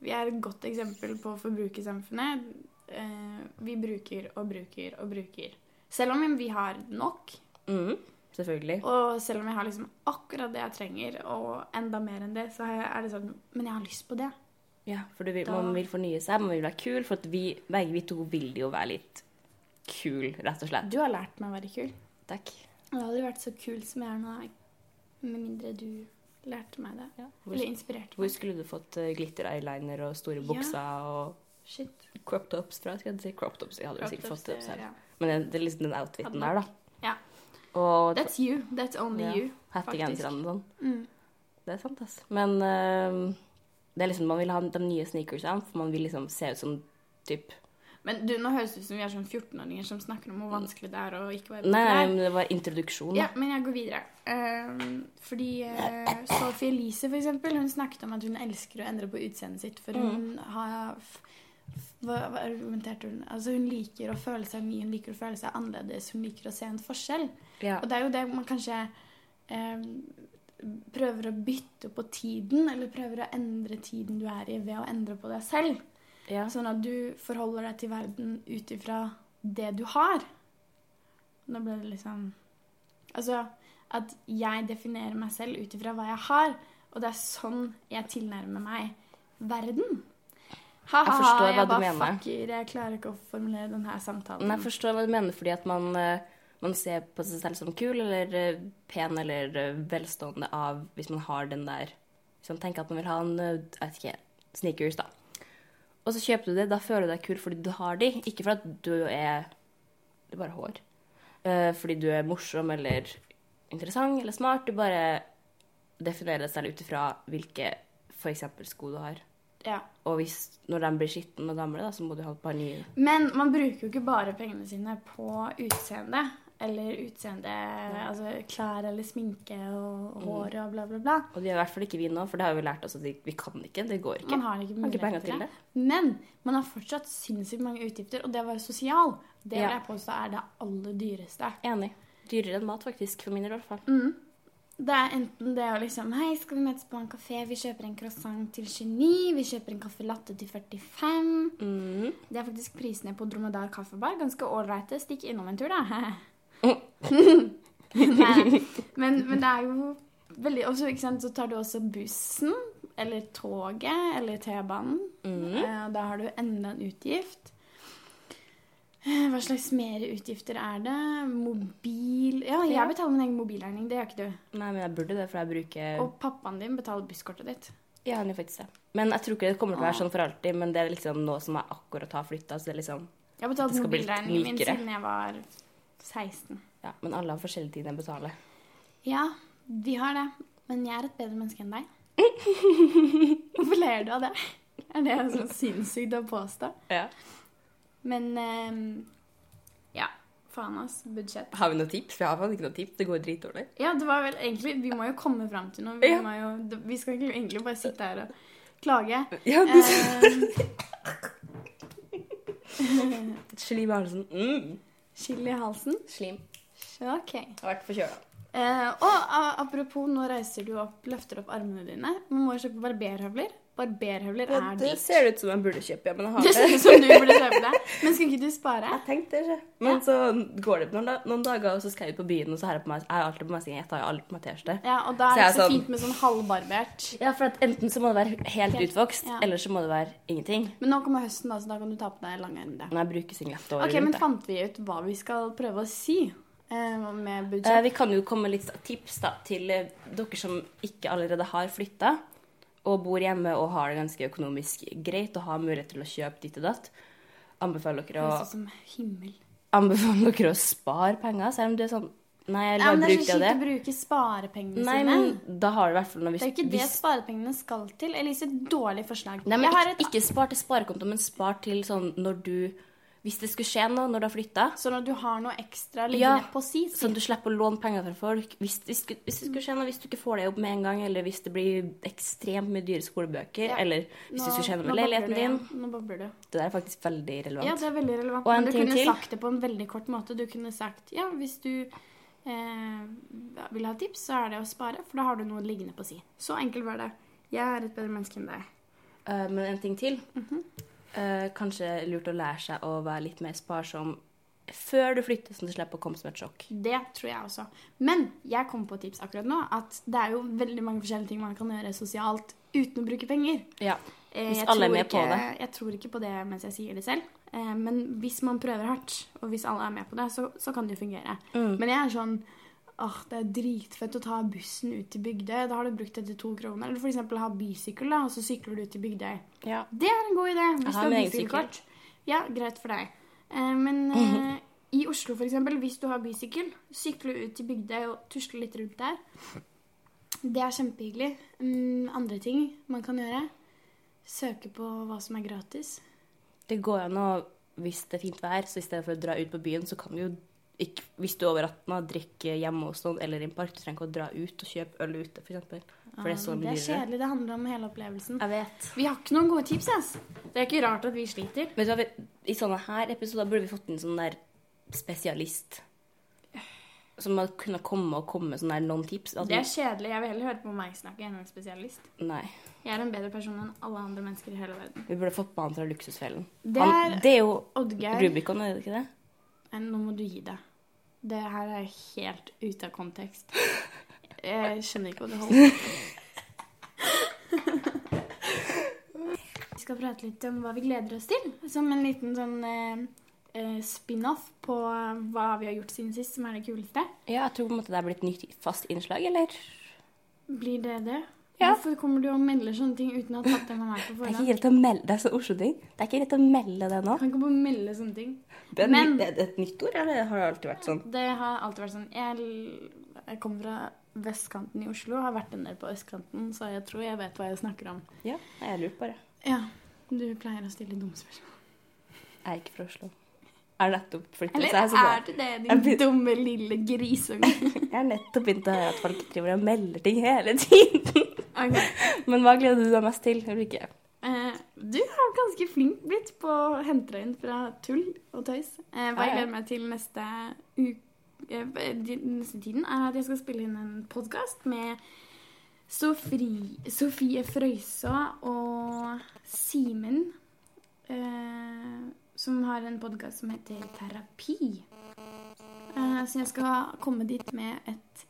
[SPEAKER 1] Vi er et godt eksempel på forbrukersamfunnet. Eh, Vi bruker og bruker og bruker. Selv om vi har nok,
[SPEAKER 2] Mm, selvfølgelig.
[SPEAKER 1] og selv om jeg har liksom akkurat det jeg trenger, og enda mer enn det, så har jeg- er det sånn Men jeg har lyst på det.
[SPEAKER 2] Ja, for du vil,
[SPEAKER 1] Da-
[SPEAKER 2] man vil fornye seg, man vil være kul, for at vi, begge vi to vil jo være litt kul, rett og slett.
[SPEAKER 1] Du har lært meg å være kul.
[SPEAKER 2] Takk.
[SPEAKER 1] Jeg hadde vært så kul som jeg er nå, jeg. med mindre du lærte meg det.
[SPEAKER 2] Hvor,
[SPEAKER 1] Eller inspirerte
[SPEAKER 2] hvor
[SPEAKER 1] meg.
[SPEAKER 2] skulle du fått eh, glitter-eyeliner og store
[SPEAKER 1] Ja.
[SPEAKER 2] bukser og
[SPEAKER 1] Shit.
[SPEAKER 2] crop tops fra? Skal jeg si crop tops? Jeg hadde jo sikkert
[SPEAKER 1] Crop tops,
[SPEAKER 2] fått det
[SPEAKER 1] det-
[SPEAKER 2] selv.
[SPEAKER 1] ja.
[SPEAKER 2] Men det, det er liksom den outfiten
[SPEAKER 1] Hadde
[SPEAKER 2] der, da.
[SPEAKER 1] Ja.
[SPEAKER 2] Og
[SPEAKER 1] That's you. That's only
[SPEAKER 2] ja,
[SPEAKER 1] you.
[SPEAKER 2] hettegenserne og sånn.
[SPEAKER 1] Mm.
[SPEAKER 2] Det er sant, ass. Men eh, det er liksom, man vil ha de nye sneakersene, for man vil liksom se ut som typ
[SPEAKER 1] Men du, nå høres det ut som vi er sånn 14-åringer som snakker om hvor vanskelig det er å ikke være
[SPEAKER 2] Nei,
[SPEAKER 1] populær.
[SPEAKER 2] nei, men det var introduksjon.
[SPEAKER 1] Ja,
[SPEAKER 2] da.
[SPEAKER 1] men jeg går videre. Ehm, fordi uh, Sophie Elise, for eksempel, hun snakket om at hun elsker å endre på utseendet sitt, for hun har f- f- hva, hva argumenterte hun? Altså, hun liker å føle seg ny, hun liker å føle seg annerledes, hun liker å se en forskjell.
[SPEAKER 2] Ja.
[SPEAKER 1] Og det er jo det man kanskje eh, prøver å bytte på tiden, eller prøver å endre tiden du er i, ved å endre på deg selv.
[SPEAKER 2] Ja.
[SPEAKER 1] Sånn at du forholder deg til verden ut ifra det du har. Nå ble det liksom Altså at jeg definerer meg selv ut ifra hva jeg har, og det er sånn jeg tilnærmer meg verden. Ha,
[SPEAKER 2] Jeg
[SPEAKER 1] ha, ha,
[SPEAKER 2] forstår hva
[SPEAKER 1] jeg
[SPEAKER 2] du
[SPEAKER 1] bare
[SPEAKER 2] mener.
[SPEAKER 1] fucker. Jeg klarer ikke å formulere denne samtalen.
[SPEAKER 2] Men jeg forstår hva du mener, fordi at man, eh, man ser på seg selv som kul eller eh, pen eller eh, velstående av hvis man har den der Hvis man tenker at man vil ha en eh, jeg vet ikke, sneakers, da. Og så kjøper du det, da føler du deg kul fordi du har de, ikke for at du er Det er bare hår. Eh, Fordi du er morsom eller interessant eller smart. Du bare definerer deg selv ut ifra hvilke f.eks. sko du har.
[SPEAKER 1] ja.
[SPEAKER 2] Og hvis, når de blir skitne og gamle, da, så må du ha et par nye.
[SPEAKER 1] Men man bruker jo ikke bare pengene sine på utseende. Eller utseende Altså klær eller sminke og hår og bla, bla, bla.
[SPEAKER 2] Og det gjør i hvert fall ikke vi nå, for det har vi lært oss at vi, vi kan ikke. Det går ikke.
[SPEAKER 1] Man har ikke
[SPEAKER 2] Har ikke
[SPEAKER 1] mulighet
[SPEAKER 2] penger
[SPEAKER 1] til
[SPEAKER 2] til
[SPEAKER 1] det. Men man har fortsatt sinnssykt mange utgifter, og det å være sosial, det vil
[SPEAKER 2] Ja.
[SPEAKER 1] jeg påstå er det aller dyreste.
[SPEAKER 2] Enig. Dyrere enn mat, faktisk. For min del, i hvert fall.
[SPEAKER 1] Det er enten det å liksom Hei, skal vi møtes på en kafé? Vi kjøper en croissant til 29. Vi kjøper en caffè latte til 45.
[SPEAKER 2] Mhm.
[SPEAKER 1] Det er faktisk prisene på Dromedar kaffebar. Ganske ålreite. Stikk innom en tur, da. Nei, men, men det er jo veldig Og så tar du også bussen eller toget eller T-banen.
[SPEAKER 2] Mm.
[SPEAKER 1] Eh, Da har du enda en utgift. Eh, Hva slags mer utgifter er det? Mobil Ja, jeg betaler min egen mobilregning. Det gjør ikke du.
[SPEAKER 2] Nei, men jeg burde det, for jeg bruker
[SPEAKER 1] Og pappaen din betaler busskortet ditt.
[SPEAKER 2] Ja, han gjør faktisk det. Men jeg tror ikke det kommer til å
[SPEAKER 1] Ah.
[SPEAKER 2] være sånn for alltid. Men det er liksom nå som jeg akkurat har flytta, så det er liksom
[SPEAKER 1] Jeg har betalt
[SPEAKER 2] Det skal bli litt
[SPEAKER 1] mobilregningen min
[SPEAKER 2] likere.
[SPEAKER 1] siden jeg var 16.
[SPEAKER 2] Ja, men alle har forskjellige ting de betaler.
[SPEAKER 1] Ja, vi har det. Men jeg er et bedre menneske enn deg. Hvorfor ler du av det? Er det så sinnssykt å påstå?
[SPEAKER 2] Ja.
[SPEAKER 1] Men ehm, ja. Faen, ass. Budsjett.
[SPEAKER 2] Har vi noen tips? Vi har faktisk ikke noen tips. Det går dritdårlig.
[SPEAKER 1] Ja, det var vel egentlig Vi må jo komme fram til noe. Vi,
[SPEAKER 2] Ja.
[SPEAKER 1] må jo, det- vi skal ikke egentlig bare sitte her og klage.
[SPEAKER 2] Ja, du
[SPEAKER 1] Eh,
[SPEAKER 2] Slim Arnesen. Mm.
[SPEAKER 1] Chili i halsen.
[SPEAKER 2] Slim.
[SPEAKER 1] Eh, OK.
[SPEAKER 2] Har vært forkjøla.
[SPEAKER 1] Eh, og a- apropos, nå reiser du opp, løfter opp armene dine. Man må jo kjøpe barberhøvler. Barberhøvler er
[SPEAKER 2] det
[SPEAKER 1] dyrt.
[SPEAKER 2] ser ut som jeg burde kjøpe, ja, men jeg har
[SPEAKER 1] Det ser ut som du burde kjøpe deg. Men skal ikke du spare?
[SPEAKER 2] Jeg tenkte ikke. Men så går det noen, da- noen dager, og så skal jeg ut på byen, og så har jeg på meg, jeg har alltid på meg siden, jeg tar jo aldri på meg T-skjorte.
[SPEAKER 1] Ja, og da er det
[SPEAKER 2] Så jeg er
[SPEAKER 1] så
[SPEAKER 2] sånn-
[SPEAKER 1] fint med sånn halvbarbert.
[SPEAKER 2] Ja, for at enten så må det være helt
[SPEAKER 1] Helt,
[SPEAKER 2] utvokst,
[SPEAKER 1] ja.
[SPEAKER 2] eller så må det være ingenting.
[SPEAKER 1] Men nå kommer høsten, da, så da kan du ta på deg langermet.
[SPEAKER 2] Men jeg bruker singlet året
[SPEAKER 1] Ok, men
[SPEAKER 2] rundt. jeg.
[SPEAKER 1] fant vi ut hva vi skal prøve å si eh, med
[SPEAKER 2] Eh,
[SPEAKER 1] budsjett?
[SPEAKER 2] vi kan jo komme litt tips da, til eh, dere som ikke allerede har flytta, og bor hjemme og har det ganske økonomisk greit og har mulighet til å kjøpe ditt og datt. Anbefaler dere å,
[SPEAKER 1] Høres ut Altså som himmel.
[SPEAKER 2] anbefaler dere å spare penger, selv om du er sånn Nei, jeg vil
[SPEAKER 1] Ja,
[SPEAKER 2] bare
[SPEAKER 1] men det er
[SPEAKER 2] bruke
[SPEAKER 1] så kjipt
[SPEAKER 2] det og
[SPEAKER 1] å
[SPEAKER 2] det.
[SPEAKER 1] bruke sparepengene
[SPEAKER 2] Nei,
[SPEAKER 1] sine.
[SPEAKER 2] men da har du i hvert fall noe
[SPEAKER 1] Det
[SPEAKER 2] hvis,
[SPEAKER 1] er jo ikke det
[SPEAKER 2] hvis
[SPEAKER 1] sparepengene skal til. Elise, dårlig forslag.
[SPEAKER 2] Nei, men
[SPEAKER 1] jeg har
[SPEAKER 2] ikke,
[SPEAKER 1] et
[SPEAKER 2] ikke spar til sparekonto, men spar til sånn når du Hvis det skulle skje noe når du har flytta,
[SPEAKER 1] Sånn at du har noe ekstra
[SPEAKER 2] Ja,
[SPEAKER 1] liggende på si. si.
[SPEAKER 2] sånn at du slipper å låne penger fra folk. Hvis, hvis, hvis det skulle skje noe, hvis du ikke får det opp med en gang, eller hvis det blir ekstremt mye dyre skolebøker,
[SPEAKER 1] Ja.
[SPEAKER 2] eller hvis det
[SPEAKER 1] Nå-
[SPEAKER 2] skulle skje noe
[SPEAKER 1] nå
[SPEAKER 2] med
[SPEAKER 1] babler du
[SPEAKER 2] leiligheten din
[SPEAKER 1] igjen. Nå babler du.
[SPEAKER 2] Det der er faktisk veldig relevant.
[SPEAKER 1] Ja, det er veldig relevant.
[SPEAKER 2] Og en
[SPEAKER 1] Men du
[SPEAKER 2] ting
[SPEAKER 1] kunne
[SPEAKER 2] til.
[SPEAKER 1] sagt det på en veldig kort måte. Du kunne sagt ja, hvis du eh, vil ha tips, så er det å spare, for da har du noe liggende på si. Så enkelt var det. Jeg er et bedre menneske enn deg.
[SPEAKER 2] Eh, men en ting til. Eh, kanskje lurt å lære seg å være litt mer sparsom før du flytter, sånn at du slipper å komme som et sjokk.
[SPEAKER 1] Det tror jeg også. Men jeg kom på et tips akkurat nå at det er jo veldig mange forskjellige ting man kan gjøre sosialt uten å bruke penger.
[SPEAKER 2] Ja.
[SPEAKER 1] Eh,
[SPEAKER 2] Hvis
[SPEAKER 1] jeg
[SPEAKER 2] alle er
[SPEAKER 1] tror
[SPEAKER 2] med på
[SPEAKER 1] ikke-
[SPEAKER 2] det.
[SPEAKER 1] Jeg tror ikke på det mens jeg sier det selv. Eh, Men hvis man prøver hardt, og hvis alle er med på det, så, så kan det jo fungere.
[SPEAKER 2] Mm.
[SPEAKER 1] Men jeg er sånn Åh, det er dritfett å ta bussen ut til Bygdøy. Da har du brukt det til to kroner. Eller for eksempel ha bysykkel, da, og så sykler du ut til Bygdøy.
[SPEAKER 2] ja.
[SPEAKER 1] Det er en god idé. Hvis
[SPEAKER 2] Jeg
[SPEAKER 1] du
[SPEAKER 2] har
[SPEAKER 1] har
[SPEAKER 2] min egen
[SPEAKER 1] bysykkelkort. Ja, greit for deg. Eh, Men eh, i Oslo, for eksempel, hvis du har bysykkel, sykle ut til Bygdøy og tusle litt rundt der. Det er kjempehyggelig. Mm, Andre ting man kan gjøre. Søke på hva som er gratis.
[SPEAKER 2] Det går an å, hvis det er fint vær, så i stedet for å dra ut på byen, så kan du jo ikke, hvis du er over 18 år, drikke hjemme hos noen eller i en park. Du trenger ikke å dra ut og kjøpe øl ute, f.eks. For, eksempel. for det er så
[SPEAKER 1] Ah, det
[SPEAKER 2] mye
[SPEAKER 1] er
[SPEAKER 2] dyrere.
[SPEAKER 1] kjedelig. Det handler om hele opplevelsen.
[SPEAKER 2] Jeg vet.
[SPEAKER 1] Vi har ikke noen gode tips. ass. Det er ikke rart at vi sliter.
[SPEAKER 2] Vet du hva, vi- I sånne her episoder burde vi fått inn sånn der spesialist. Som å kunne komme og komme med sånne her noen tips. At,
[SPEAKER 1] Det er kjedelig. Jeg vil heller høre på meg snakke enn en spesialist.
[SPEAKER 2] Nei.
[SPEAKER 1] Jeg er en bedre person enn alle andre mennesker i hele verden.
[SPEAKER 2] Vi burde fått med han fra Luksusfellen.
[SPEAKER 1] Det
[SPEAKER 2] han,
[SPEAKER 1] er
[SPEAKER 2] det er jo
[SPEAKER 1] Oddgeir
[SPEAKER 2] Rubicon, er det ikke det?
[SPEAKER 1] Nei, Nå må du gi deg. Det her er helt ute av kontekst. Jeg skjønner ikke hva du holder på med. Vi skal prate litt om hva vi gleder oss til, som en liten sånn eh, eh, spin-off på eh, hva vi har gjort siden sist, som er det kuleste.
[SPEAKER 2] Ja, jeg tror på en måte det er blitt nytt fast innslag, eller?
[SPEAKER 1] Blir det det?
[SPEAKER 2] Ja.
[SPEAKER 1] Hvorfor kommer du og melder sånne ting uten å ha tatt det med meg på
[SPEAKER 2] Det er
[SPEAKER 1] forhånd?
[SPEAKER 2] ikke rett å melde, det er så Oslo-ting. Det er ikke rett å melde det nå.
[SPEAKER 1] Kan ikke bare melde sånne ting.
[SPEAKER 2] Det er,
[SPEAKER 1] Men-
[SPEAKER 2] ny- er det et nytt ord, eller har det alltid vært sånn?
[SPEAKER 1] Det har alltid vært sånn Jeg, l- jeg kommer fra vestkanten i Oslo, har vært en del på østkanten, så jeg tror jeg vet hva jeg snakker om.
[SPEAKER 2] Ja, nei, jeg lurer bare.
[SPEAKER 1] Ja, du pleier å stille dumme spørsmål.
[SPEAKER 2] Jeg er ikke fra Oslo. Jeg er nettopp flyttet,
[SPEAKER 1] Eller
[SPEAKER 2] så jeg er så glad.
[SPEAKER 1] er du det,
[SPEAKER 2] Jeg
[SPEAKER 1] din
[SPEAKER 2] blir-
[SPEAKER 1] dumme lille grisunge?
[SPEAKER 2] Jeg har nettopp begynt å høre at folk driver og melder ting hele tiden.
[SPEAKER 1] Ok.
[SPEAKER 2] Men hva gleder du deg mest til? Ulrikke?
[SPEAKER 1] Eh, du har ganske flink blitt på å hente deg inn fra tull og tøys. Eh, hva
[SPEAKER 2] Ja, ja.
[SPEAKER 1] jeg gleder meg til neste uke neste tiden, er at jeg skal spille inn en podkast med Sofri, Sofie Frøysaa og Simen, eh, som har en podkast som heter Terapi. Eh, så jeg skal komme dit med et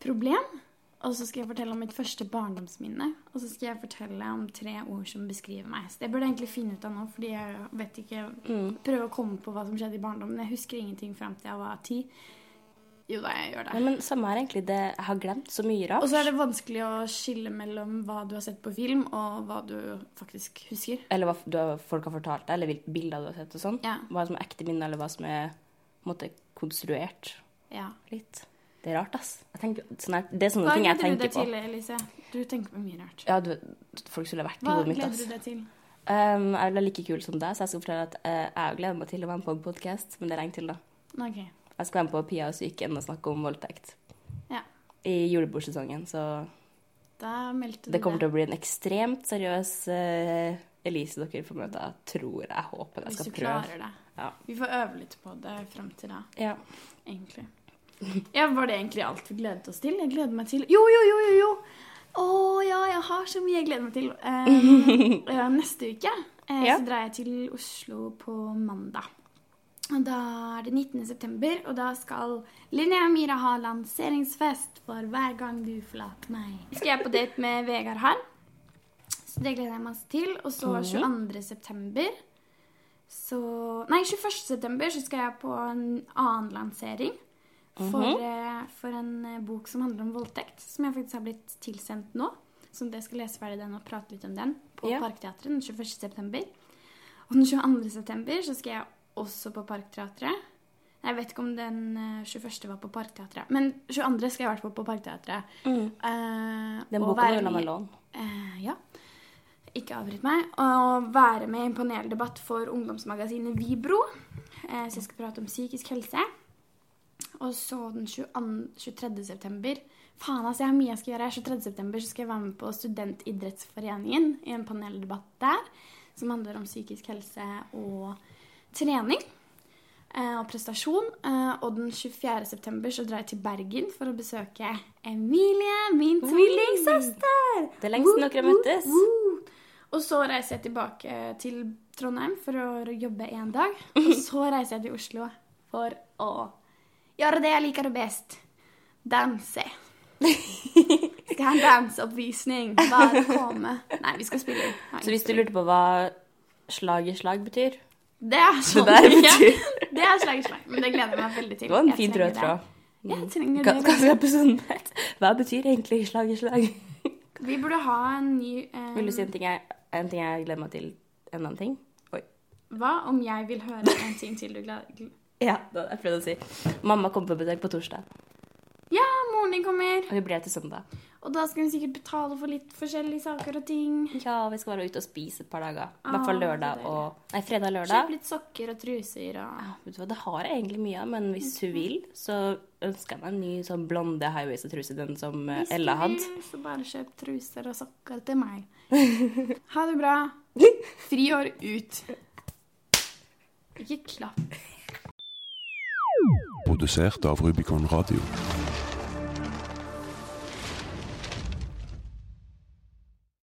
[SPEAKER 1] problem. Og så skal jeg fortelle om mitt første barndomsminne. Og så skal jeg fortelle om tre ord som beskriver meg. Så det burde jeg egentlig finne ut av nå, fordi jeg vet ikke Prøve å komme på hva som skjedde i barndommen. Jeg husker ingenting fram til jeg var ti. Jo da, jeg gjør
[SPEAKER 2] Nei,
[SPEAKER 1] det.
[SPEAKER 2] men Samme er egentlig det jeg har glemt så mye rart.
[SPEAKER 1] Og så er det vanskelig å skille mellom hva du har sett på film, og hva du faktisk husker.
[SPEAKER 2] Eller hva f- du, har- folk har fortalt deg, eller hvil- bilder du har sett og sånn.
[SPEAKER 1] Ja.
[SPEAKER 2] Hva som er ekte minner, eller hva som er på en måte, konstruert
[SPEAKER 1] Ja.
[SPEAKER 2] litt. Det er rart, ass. Jeg tenker, sånn er, det er sånne
[SPEAKER 1] Hva
[SPEAKER 2] ting jeg
[SPEAKER 1] gleder du
[SPEAKER 2] tenker
[SPEAKER 1] deg
[SPEAKER 2] på.
[SPEAKER 1] til, Elise? Du tenker på mye rart.
[SPEAKER 2] Ja, du, folk skulle vært i
[SPEAKER 1] Hva
[SPEAKER 2] hodet mitt,
[SPEAKER 1] gleder
[SPEAKER 2] ass.
[SPEAKER 1] du deg til?
[SPEAKER 2] Um, jeg vil være like kul som deg, så jeg skal fortelle at eh, jeg gleder meg til å være med på en podkast, men det er lenge til, da.
[SPEAKER 1] Ok.
[SPEAKER 2] Jeg skal være med på Pia og psyken og snakke om voldtekt.
[SPEAKER 1] Ja.
[SPEAKER 2] I julebordsesongen, så
[SPEAKER 1] Da meldte du
[SPEAKER 2] det kommer til å bli en ekstremt seriøs eh, Elise dere får møte. Jeg tror, jeg håper jeg
[SPEAKER 1] Hvis du
[SPEAKER 2] skal prøve.
[SPEAKER 1] klarer det.
[SPEAKER 2] Ja.
[SPEAKER 1] Vi får øve litt på det fram til da.
[SPEAKER 2] Ja.
[SPEAKER 1] egentlig. Ja, var det egentlig alt vi gledet oss til? Jeg gleder meg til Jo, jo, jo, jo! jo. Å ja, jeg har så mye jeg gleder meg til. Eh, ja, neste uke eh,
[SPEAKER 2] Ja.
[SPEAKER 1] så drar jeg til Oslo på mandag. Og Da er det 19. september, og da skal Linnea Myhra ha lanseringsfest for Hver gang du forlater meg. Skal jeg på date med Vegard Harm, så det gleder jeg meg til. Og så 22. september så Nei, 21. september så skal jeg på en annen lansering. For,
[SPEAKER 2] Mhm.
[SPEAKER 1] eh, for en eh, bok som handler om voldtekt, som jeg faktisk har blitt tilsendt nå. Så jeg skal lese ferdig den og prate litt om den på
[SPEAKER 2] Ja.
[SPEAKER 1] Parkteatret den 21. september. Og den 22. september så skal jeg også på Parkteatret. Jeg vet ikke om den eh, 21. var på Parkteatret, men 22. skal jeg i hvert fall på Parkteatret. Eh,
[SPEAKER 2] Mm. Den
[SPEAKER 1] og
[SPEAKER 2] boka
[SPEAKER 1] være
[SPEAKER 2] vil jeg
[SPEAKER 1] med-
[SPEAKER 2] meg låne.
[SPEAKER 1] Eh, ja. Ikke avbryt meg. Og være med i en paneldebatt for ungdomsmagasinet Vibro. Eh, så jeg skal prate om psykisk helse. Og så den 22, 23. september Faen, altså, jeg har mye jeg skal gjøre. 23. september så skal jeg være med på Studentidrettsforeningen i en paneldebatt der. Som handler om psykisk helse og trening. eh, Og prestasjon. Eh, Og den 24. september så drar jeg til Bergen for å besøke Emilie, min tvillingsøster!
[SPEAKER 2] Det er lenge siden dere har møttes.
[SPEAKER 1] Woo! Og så reiser jeg tilbake til Trondheim for å jobbe en dag. Og så reiser jeg til Oslo for å gjøre det jeg liker best. Danse. Skal ha en danseoppvisning. Bare komme. Nei, vi skal spille. Nei,
[SPEAKER 2] Så hvis du lurte på hva slag i slag betyr
[SPEAKER 1] Det er sånn
[SPEAKER 2] der
[SPEAKER 1] ja,
[SPEAKER 2] betyr-
[SPEAKER 1] Det er slag i slag. Men det gleder jeg meg veldig til.
[SPEAKER 2] Det var en
[SPEAKER 1] Jeg
[SPEAKER 2] fin
[SPEAKER 1] trenger
[SPEAKER 2] rød tråd. Mm.
[SPEAKER 1] det. Jeg trenger
[SPEAKER 2] Hva,
[SPEAKER 1] det.
[SPEAKER 2] hva skal episoden hete? Hva betyr egentlig slag i slag?
[SPEAKER 1] Vi burde ha en ny eh,
[SPEAKER 2] Vil du si en ting jeg, en ting jeg gleder meg til? En annen ting? Oi.
[SPEAKER 1] Hva om jeg vil høre en ting til du gleder
[SPEAKER 2] Ja, det hadde jeg prøvd å si. Mamma kommer på besøk på torsdag,
[SPEAKER 1] Ja, moren din kommer.
[SPEAKER 2] og vi blir her til søndag.
[SPEAKER 1] Og da skal hun sikkert betale for litt forskjellige saker og ting.
[SPEAKER 2] Ja, vi skal være ute og spise et par dager. I hvert
[SPEAKER 1] Ah,
[SPEAKER 2] fall
[SPEAKER 1] så
[SPEAKER 2] lørdag
[SPEAKER 1] deilig.
[SPEAKER 2] og Nei, fredag og lørdag.
[SPEAKER 1] Kjøp litt sokker og truser og
[SPEAKER 2] Vet du hva, Det har jeg egentlig mye av, men hvis hun
[SPEAKER 1] Mhm.
[SPEAKER 2] vil, så ønsker jeg meg en ny sånn blonde highwaist-truse. Den som eh, Ella hadde.
[SPEAKER 1] Hvis du vil, så bare kjøp truser og sokker til meg. Ha det bra. Friår ut. Ikke klapp.
[SPEAKER 6] produsert av Rubicon Radio.